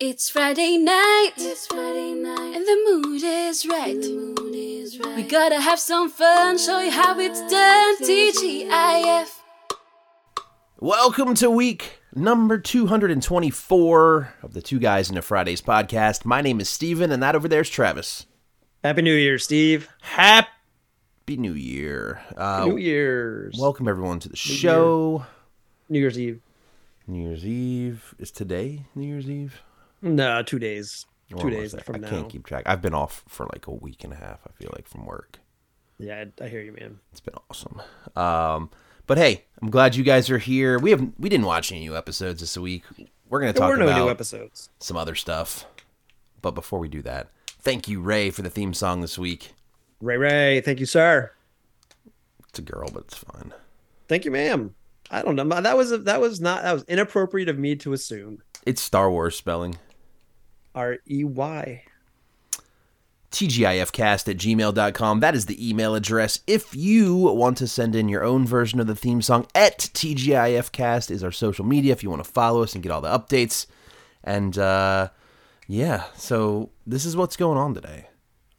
It's Friday night, It's Friday night. and the mood is right. the mood is right. We gotta have some fun, show you how it's done. TGIF. Welcome to week number 224 of the Two Guys into Fridays podcast. My name is Steven, and that over there is Travis. Happy New Year, Steve. Happy New Year. Uh, New Year's. welcome, everyone, to the show. New Year's Eve. New Year's Eve. Is today New Year's Eve? No, two days. Or two was days it? from I now. can't keep track. I've been off for like a week and a half, I feel like, from work. Yeah, I, I hear you, man. It's been awesome. Um, but hey, I'm glad you guys are here. We have not we didn't watch any new episodes this week. We're gonna There talk were no about new episodes. some other stuff. But before we do that, thank you, Ray, for the theme song this week. Ray Ray, thank you, sir. It's a girl, but it's fun. Thank you, ma'am. I don't know. That was that was not that was inappropriate of me to assume. It's Star Wars spelling. R E Y. TGIFcast at gmail.com. That is the email address. If you want to send in your own version of the theme song, at TGIFcast is our social media if you want to follow us and get all the updates. And uh, yeah, so this is what's going on today.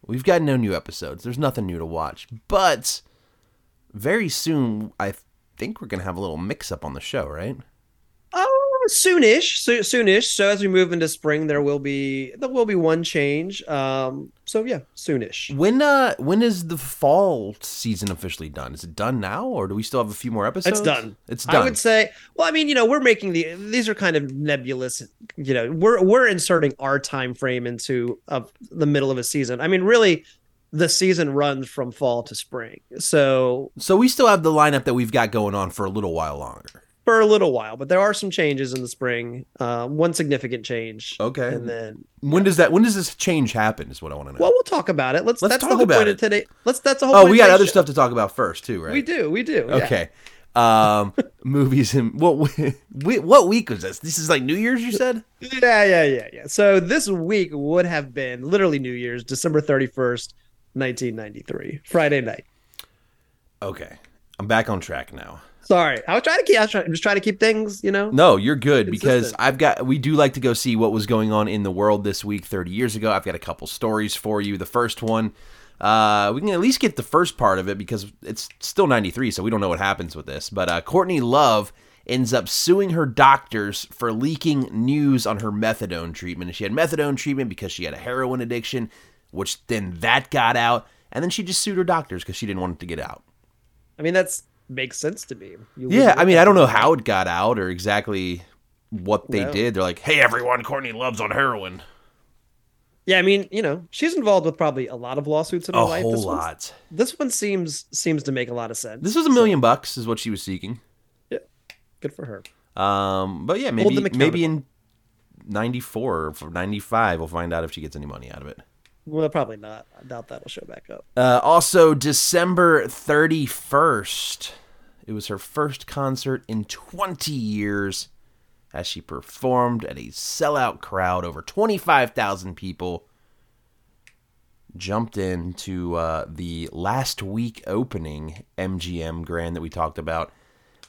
We've got no new episodes, there's nothing new to watch. But very soon, I think we're going to have a little mix up on the show, right? Oh, soonish, so, soonish. So as we move into spring, there will be there will be one change. Um, so yeah, soonish. When uh when is the fall season officially done? Is it done now or do we still have a few more episodes? It's done. It's done. I would say. Well, I mean, you know, we're making the these are kind of nebulous. You know, we're we're inserting our time frame into uh, the middle of a season. I mean, really, the season runs from fall to spring, so So we still have the lineup that we've got going on for a little while longer. for a little while. But there are some changes in the spring. Uh, one significant change. Okay. and then When does that? When does this change happen? Is what I want to know. well, we'll talk about it. Let's. Let's that's talk the whole about point it. of today. Let's. That's the whole. oh, point we got of today's other show. stuff to talk about first too, right? We do. We do. yeah. Okay. Um, movies and what? we- What week was this? This is like New Year's. You said. Yeah, yeah, yeah, yeah. So this week would have been literally New Year's, December 31st, 1993, Friday night. Okay. I'm back on track now. Sorry. I was trying to keep, I was trying, I'm just trying to keep things, you know? No, you're good because Consistent. I've got. We do like to go see what was going on in the world this week, 30 years ago. I've got a couple stories for you. The first one, uh, we can at least get the first part of it because it's still 93, so we don't know what happens with this. But uh, Courtney Love ends up suing her doctors for leaking news on her methadone treatment. And she had methadone treatment because she had a heroin addiction, which then that got out, and then she just sued her doctors because she didn't want it to get out. I mean, that's makes sense to me. You Yeah, wouldn't- I mean, I don't know how it got out or exactly what they No. did. They're like, "Hey, everyone, Courtney loves on heroin." yeah, I mean, you know, she's involved with probably a lot of lawsuits in her A life. whole this one's- lot. This one seems seems to make a lot of sense. This was a million bucks, is what she was seeking. Good for her. Um, but yeah, Hold maybe them maybe in ninety four or ninety five, we'll find out if she gets any money out of it. Well, probably not. I doubt that'll show back up. Uh, also, December thirty first, it was her first concert in twenty years, as she performed at a sellout crowd over twenty five thousand people. Jumped into uh, the last week opening MGM Grand that we talked about.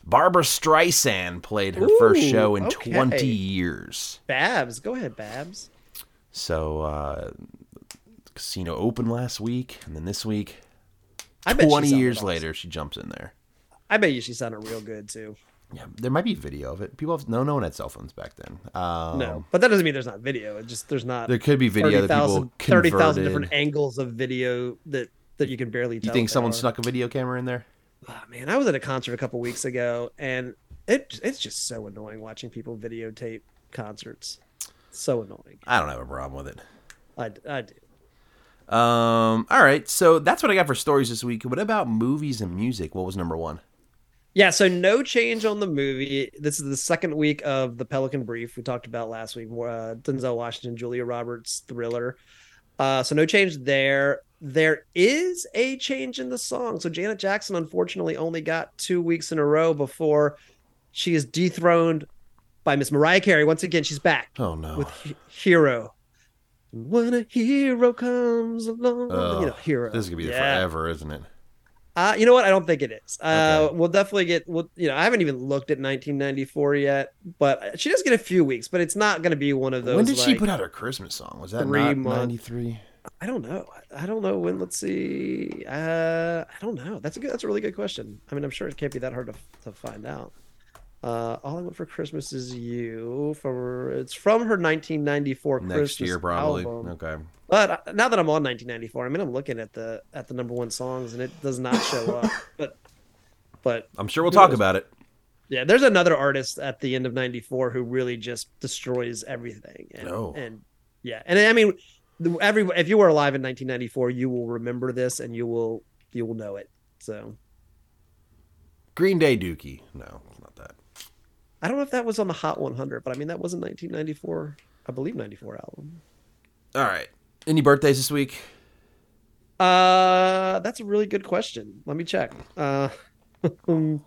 Barbara Streisand played her first Ooh, show in okay. twenty years. Babs, go ahead, Babs. So, uh, casino open last week, and then this week, I bet she 20 sounded years awesome. later, she jumps in there. I bet you she sounded real good too. Yeah, there might be video of it. People have no, no one had cell phones back then. Um, No, but that doesn't mean there's not video. It just there's not. there could be video that 30,000 people 30,000 converted. different angles of video that that you can barely tell. You think they someone are. snuck a video camera in there? Oh, man, I was at a concert a couple weeks ago, and it it's just so annoying watching people videotape concerts. So annoying. I don't have a problem with it. I, I do. Um, all right, so that's what I got for stories this week. What about movies and music? What was number one? Yeah, so no change on the movie. This is the second week of the Pelican Brief we talked about last week. Uh, Denzel Washington, Julia Roberts thriller. Uh, so no change there. There is a change in the song. So Janet Jackson unfortunately only got two weeks in a row before she is dethroned by Miss Mariah Carey. Once again, she's back Oh no, with he- Hero. And When a hero comes along, Ugh, you know, Hero. Oh, This is gonna be there Yeah. forever, isn't it? Uh, you know what? I don't think it is. Uh, Okay. We'll definitely get. We'll, you know, I haven't even looked at 1994 yet, but she does get a few weeks. But it's not going to be one of those. when did she like- put out her Christmas song? Was that three not month- 93? I don't know. I don't know when. Let's see. Uh, I don't know. That's a good. That's a really good question. I mean, I'm sure it can't be that hard to, to find out. Uh, all I want for Christmas is you. From it's from her 1994 Next Christmas year, probably. album. Okay. But uh, now that I'm on 1994, I mean, I'm looking at the at the number one songs, and it does not show up. But but I'm sure we'll Who talk knows? about it. yeah, there's another artist at the end of '94 who really just destroys everything. And, Oh. and yeah, and I mean, the- every if you were alive in 1994, you will remember this and you will you will know it. So Green Day Dookie. No, it's not that. I don't know if that was on the Hot 100, but I mean that was a 1994, I believe '94 album. All right. Any birthdays this week? Uh, that's a really good question. Let me check. Uh, no,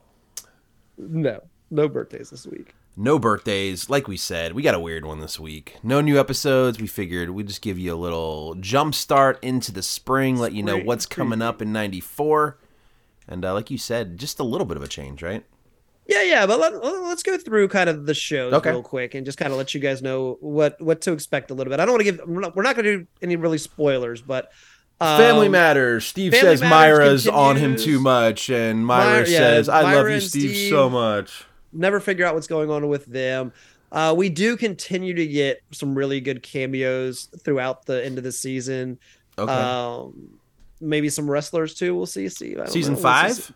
no birthdays this week. No birthdays. Like we said, we got a weird one this week. No new episodes. We figured we'd just give you a little jump start into the spring, let you know Spring what's coming up in 94. And uh, like you said, just a little bit of a change, right? Yeah, yeah, but let, let's go through kind of the shows Okay. real quick and just kind of let you guys know what what to expect a little bit. I don't want to give we're not, we're not going to do any really spoilers, but um, Family Matters. Steve Family says Matters Myra's on him continues. too much, and Myra Myra- yeah, says, "I love Myra you, and Steve, Steve. so much." Never figure out what's going on with them. Uh, we do continue to get some really good cameos throughout the end of the season. Okay, Um, maybe some wrestlers too. We'll see. See I don't season know. We'll see- 5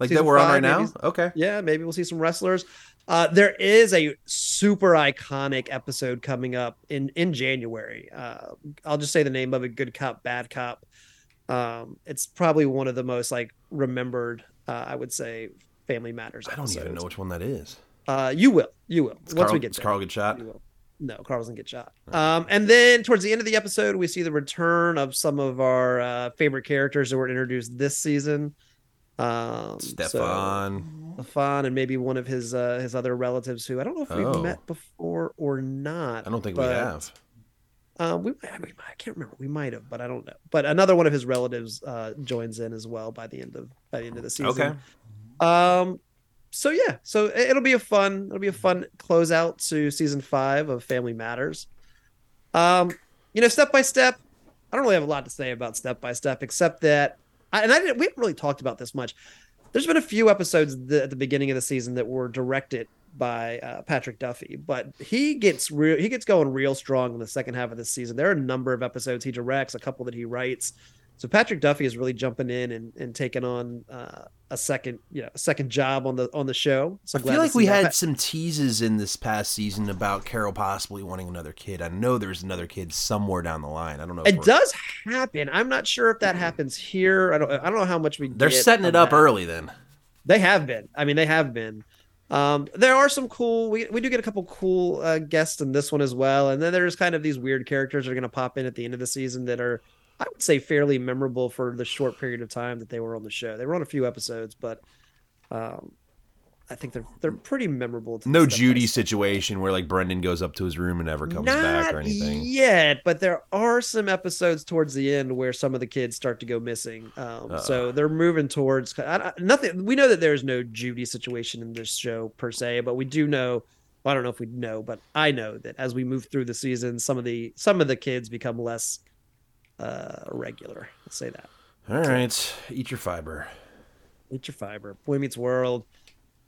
like that season we're on right five, now. maybe. Okay, yeah, maybe we'll see some wrestlers. Uh, there is a super iconic episode coming up in in January. Uh, I'll just say the name of it: Good Cop, Bad Cop. Um, it's probably one of the most like remembered. Uh, I would say Family Matters. I don't even know episodes. which one that is. Uh, you will. You will. It's Once Carl, we get it's there. Carl Goodshot. You will. No, Carl doesn't get shot. Um, and then towards the end of the episode, we see the return of some of our uh, favorite characters that were introduced this season. Um, so- Stefan. Lafon Mm-hmm. and maybe one of his uh, his other relatives who I don't know if Oh. we've met before or not. I don't think we but, have. Uh, we, I, mean, I can't remember. We might have, but I don't know. But another one of his relatives uh, joins in as well by the end of by the end of the season. Okay. Um. So yeah. So it- it'll be a fun. It'll be a fun closeout to season five of Family Matters. Um. You know, step by step. I don't really have a lot to say about step by step, except that, I, and I didn't. We haven't really talked about this much. There's been a few episodes th- at the beginning of the season that were directed by uh, Patrick Duffy, but he gets real. He gets going real strong in the second half of the season. There are a number of episodes he directs, a couple that he writes. So Patrick Duffy is really jumping in and, and taking on uh, a second, you know, a second job on the on the show. So I glad feel to like see we that. had some teases in this past season about Carol possibly wanting another kid. I know there's another kid somewhere down the line. I don't know. if It we're- does happen. I'm not sure if that happens here. I don't. I don't know how much we. They're get setting of it up that. early then. They have been. I mean, they have been. Um, there are some cool. We, we do get a couple cool uh, guests in this one as well, and then there's kind of these weird characters that are going to pop in at the end of the season that are, I would say, fairly memorable for the short period of time that they were on the show. They were on a few episodes, but um, I think they're they're pretty memorable. To No step by Judy step. situation where like Brendan goes up to his room and never comes Not back or anything. yet, but there are some episodes towards the end where some of the kids start to go missing. Uh. Um, so they're moving towards I, I- nothing. We know that there's no Judy situation in this show per se, but we do know. well, I don't know if we know, but I know that as we move through the season, some of the some of the kids become less uh, regular. Let's say that. All right, eat your fiber. Eat your fiber. Boy Meets World.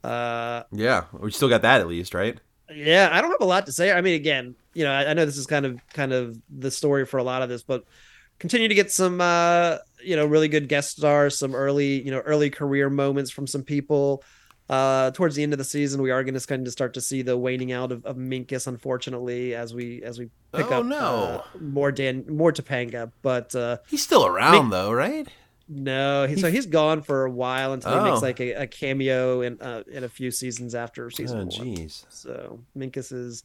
Uh, Yeah, we still got that at least, right? Yeah, I don't have a lot to say. I mean, again, you know, I, I know this is kind of kind of the story for a lot of this, but continue to get some uh, you know, really good guest stars, some early, you know, early career moments from some people. Uh, towards the end of the season, we are going to kind of start to see the waning out of, of Minkus, unfortunately, as we as we pick Oh, up no. uh, more Dan more Topanga. But uh, He's still around though, right? no, he, so he's gone for a while until he Oh. makes like a, a cameo in uh, in a few seasons after season Oh, one. jeez. So Minkus is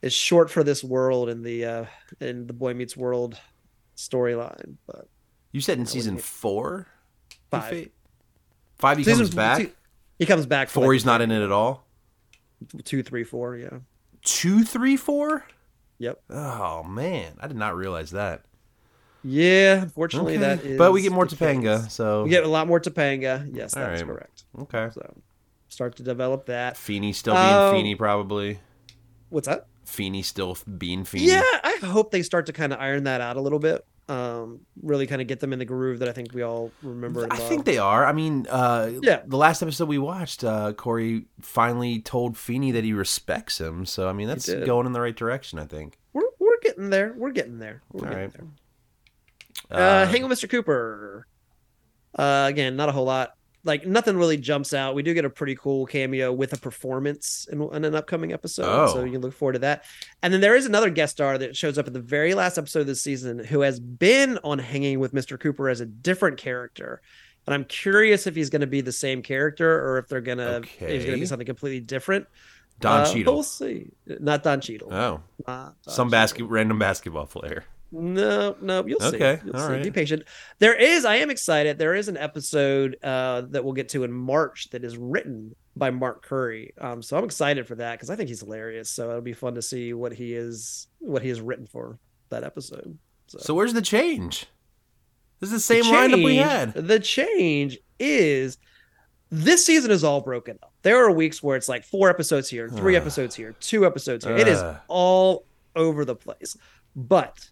is short for this world in the uh in the Boy Meets World storyline, but You said in season hit- four, He Five. fa- five. He Season- comes back. se- he comes back for four. like He's not in it at all. two, three, four. Yeah, Two, three, four. yep. Oh man, I did not realize that. Yeah, unfortunately Okay. that is. but we get more the case. Topanga, so We get a lot more Topanga. Yes, that's Alright. correct. okay. So start to develop that. Feeny still being Um, Feeny probably. What's that? Feeny still being Feeny. Yeah, I hope they start to kind of iron that out a little bit. Um, really kind of get them in the groove that I think we all remember. and I think love. they are. I mean, uh, Yeah. The last episode we watched, uh, Corey finally told Feeny that he respects him. So I mean, that's did. going in the right direction. I think. we're we're getting there. We're getting there. We're getting Alright. there. Uh, Um, hang with Mr. Cooper. Uh, again, not a whole lot. Like nothing really jumps out. We do get a pretty cool cameo with a performance in, in an upcoming episode, so Oh. you can look forward to that. And then there is another guest star that shows up at the very last episode of this season, who has been on Hanging with Mr. Cooper as a different character. And I'm curious if he's going to be the same character or if they're going to if he's going to Okay. be something completely different. Don Uh, but We'll Cheadle. see. Not Don Cheadle. Oh, Not Don some Cheadle. basket, random basketball player. No, no, you'll see. Okay, You'll all see. right. Be patient. There is, I am excited. There is an episode uh, that we'll get to in March that is written by Mark Curry. Um, so I'm excited for that because I think he's hilarious. So it'll be fun to see what he is, what he has written for that episode. So, So where's the change? This is the the same lineup we change- had. The change is this season is all broken up. There are weeks where it's like four episodes here, three Ugh. episodes here, two episodes here. It is Ugh. all over the place. But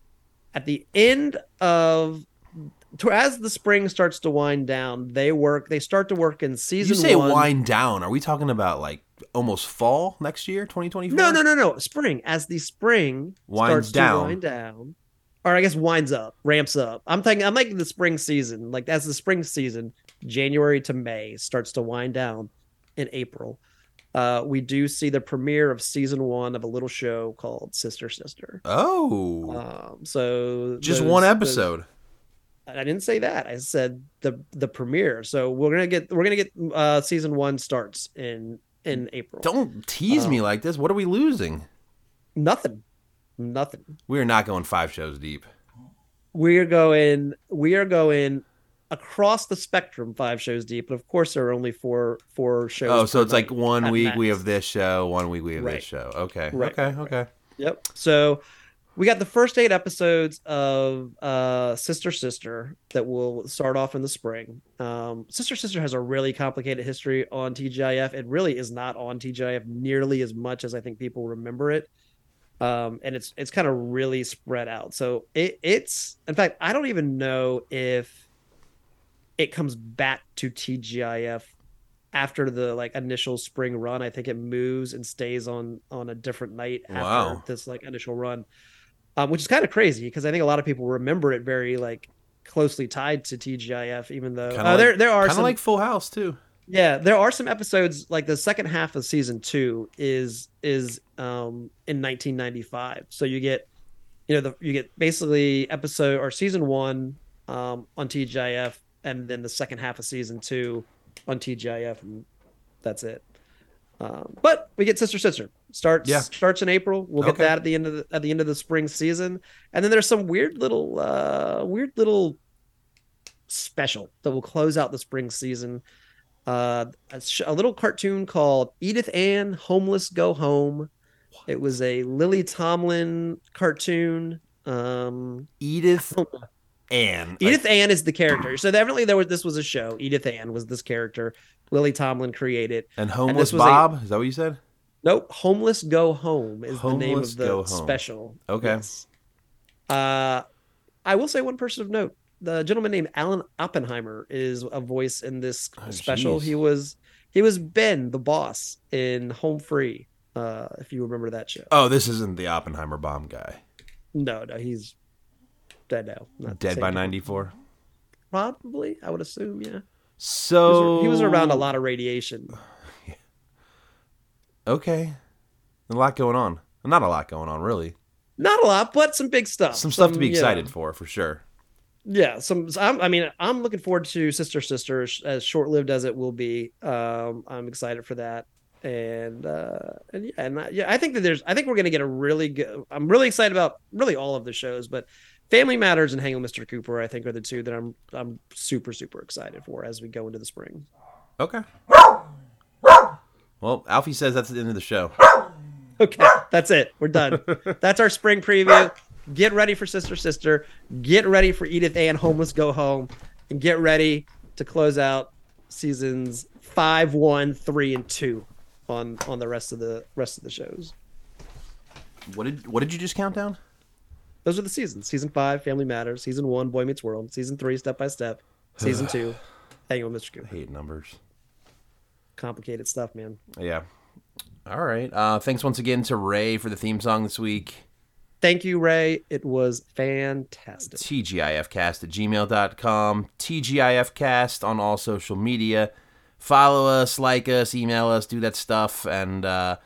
at the end of to- as the spring starts to wind down, they work. They start to work in season. You say one. wind down. Are we talking about like almost fall next year, 2024? No, no, no, no. Spring. As the spring Winds starts down. to wind down, or I guess winds up, ramps up. I'm thinking. I'm like the spring season. Like as the spring season, January to May starts to wind down. In April, uh, we do see the premiere of season one of a little show called Sister Sister. Oh, Um, so just those- one those- episode. I didn't say that. I said the the premiere. So we're gonna get we're gonna get uh season one starts in in April. Don't tease Oh. me like this. What are we losing? Nothing, nothing. We are not going five shows deep. We're going we are going across the spectrum five shows deep. And of course, there are only four four shows. Oh, so per it's like night one at week we max. have this show, one week we have Right. this show. Okay, Right, okay, okay. Yep. So we got the first eight episodes of uh, Sister Sister that will start off in the spring. Um, Sister Sister has a really complicated history on TGIF. It really is not on TGIF nearly as much as I think people remember it. Um, and it's it's kind of really spread out. So it, it's in fact I don't even know if it comes back to TGIF after the like initial spring run. I think it moves and stays on on a different night after Wow. this like initial run, um, which is kind of crazy because I think a lot of people remember it very like closely tied to TGIF, even though Kinda uh, there like- there are Kind of some like Full House too. yeah, there are some episodes like the second half of season two is is um in 1995. So you get, you know, the, you get basically episode or season one um on TGIF, and then the second half of season two on TGIF, and that's it. Um, but we get Sister Sister starts Yeah. starts in April. We'll get Okay. that at the end of the at the end of the spring season, and then there's some weird little uh weird little special that will close out the spring season. Uh, a, sh- a little cartoon called Edith Ann Homeless Go Home. It was a Lily Tomlin cartoon. Um, Edith Ann. Edith Ann is the character. So definitely there was this was a show. Edith Ann was this character. Lily Tomlin created. and homeless was a- Bob. Is that what you said? Nope, Homeless Go Home is the name Homeless of the Go Home. special. Okay. Yes. Uh, I will say one person of note: the gentleman named Alan Oppenheimer is a voice in this Oh, special. jeez. He was he was Ben, the boss in Home Free. Uh, if you remember that show. Oh, this isn't the Oppenheimer bomb guy. No, no, he's dead now. Not the Dead same by guy. '94. Probably, I would assume. Yeah, He was- So he was Oh. around a lot of radiation. Okay, a lot going on. Not a lot going on, really. Not a lot, but Uh, some big stuff. Some stuff to be yeah. excited for, for sure. yeah some so I'm, i mean i'm looking forward to sister sister as- as short-lived as it will be um i'm excited for that and uh and yeah and I, yeah i think that there's i think we're gonna get a really good i'm really excited about really all of the shows but family matters and hang on mr cooper i think are the two that i'm i'm super super excited for as we go into the spring Okay. Well, Alfie says that's the end of the show. okay that's it we're done that's our spring preview Get ready for Sister Sister. Get ready for Edith A and Homeless Go Home. And get ready to close out seasons five, one, three, and two on on the rest of the rest of the shows. What did what did you just count down? Those are the seasons. Season five, Family Matters. Season one, Boy Meets World. Season three, Step by Step. Season two, Hanging with Mr. Cooper. Hate numbers. Complicated stuff, man. Yeah. All right. Uh, thanks once again to Ray for the theme song this week. Thank you, Ray. It was fantastic. TGIFcast at gmail.com, TGIFcast on all social media. Follow us, like us, email us, do that stuff, and uh,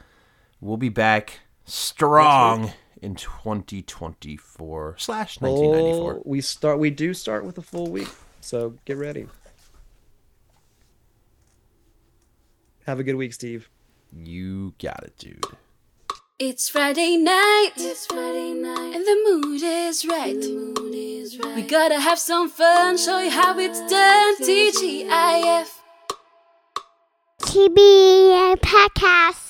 we'll be back strong in 2024 slash Oh. 1994. Full, we start. We do start with a full week, so get ready. Have a good week, Steve. You got it, dude. It's Friday night, It's Friday night. and the mood is right. The mood is right. We gotta have some fun, show you how it's done. TGIF. TBA podcast.